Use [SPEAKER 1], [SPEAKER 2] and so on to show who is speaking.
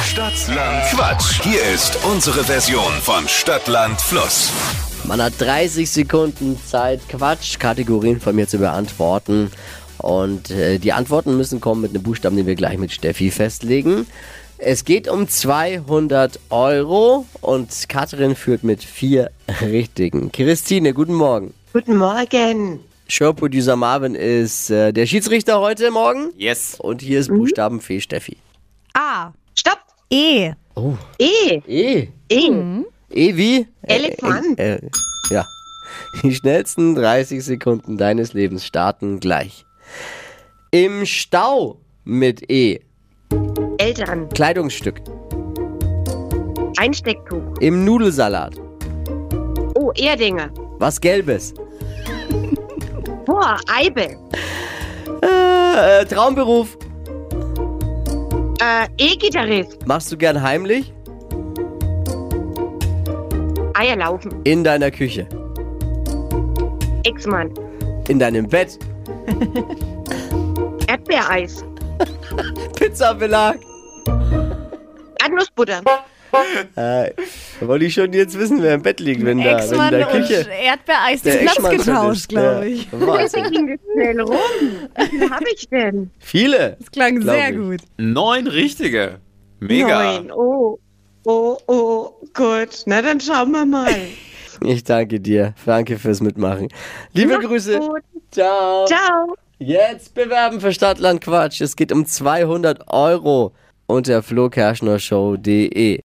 [SPEAKER 1] Stadtland Quatsch. Hier ist unsere Version von Stadtland Fluss.
[SPEAKER 2] Man hat 30 Sekunden Zeit, Quatschkategorien von mir zu beantworten. Und äh, die Antworten müssen kommen mit einem Buchstaben, den wir gleich mit Steffi festlegen. Es geht um 200 Euro und Katrin führt mit vier richtigen. Christine, guten Morgen.
[SPEAKER 3] Guten Morgen.
[SPEAKER 2] Showproducer Marvin ist äh, der Schiedsrichter heute Morgen.
[SPEAKER 4] Yes.
[SPEAKER 2] Und hier ist Buchstabenfee Steffi.
[SPEAKER 5] A.
[SPEAKER 3] Stopp.
[SPEAKER 5] E.
[SPEAKER 3] E.
[SPEAKER 2] E.
[SPEAKER 3] E.
[SPEAKER 2] E wie?
[SPEAKER 3] Elefant.
[SPEAKER 2] Äh, ja. Die schnellsten 30 Sekunden deines Lebens starten gleich. Im Stau mit E.
[SPEAKER 3] Eltern.
[SPEAKER 2] Kleidungsstück.
[SPEAKER 3] Einstecktuch.
[SPEAKER 2] Im Nudelsalat.
[SPEAKER 3] Oh, Erdinger.
[SPEAKER 2] Was Gelbes.
[SPEAKER 3] Boah, Eibe.
[SPEAKER 2] Äh, äh, Traumberuf.
[SPEAKER 3] Äh, E-Gitarrist.
[SPEAKER 2] Machst du gern heimlich?
[SPEAKER 3] Eier laufen.
[SPEAKER 2] In deiner Küche.
[SPEAKER 3] Ex-Mann.
[SPEAKER 2] In deinem Bett.
[SPEAKER 3] Erdbeereis.
[SPEAKER 2] Pizzabelag.
[SPEAKER 3] Erdnussbutter.
[SPEAKER 2] Äh, wollte ich schon jetzt wissen, wer im Bett liegt, wenn da wenn in
[SPEAKER 5] Ex-Mann
[SPEAKER 2] der
[SPEAKER 5] und
[SPEAKER 2] Küche.
[SPEAKER 5] Erdbeereis den
[SPEAKER 2] der
[SPEAKER 5] Platz
[SPEAKER 2] Ex-Mann schon
[SPEAKER 5] getauscht,
[SPEAKER 2] ist.
[SPEAKER 5] glaube
[SPEAKER 2] Ja,
[SPEAKER 5] ich.
[SPEAKER 2] Wahnsinn.
[SPEAKER 3] Ging das schnell rum? Wie viel hab ich denn?
[SPEAKER 2] Viele.
[SPEAKER 5] Das klang
[SPEAKER 2] Glaub
[SPEAKER 5] sehr
[SPEAKER 2] ich.
[SPEAKER 5] gut.
[SPEAKER 4] Neun richtige. Mega.
[SPEAKER 3] Neun. Oh. Oh, oh, gut. Na, dann schauen wir mal.
[SPEAKER 2] Ich danke dir. Danke fürs Mitmachen. Liebe
[SPEAKER 3] Macht's
[SPEAKER 2] Grüße.
[SPEAKER 3] gut.
[SPEAKER 2] Ciao.
[SPEAKER 3] Ciao.
[SPEAKER 2] Jetzt bewerben für Stadtland Quatsch. Es geht um 200 Euro unter flokerschnershow.de.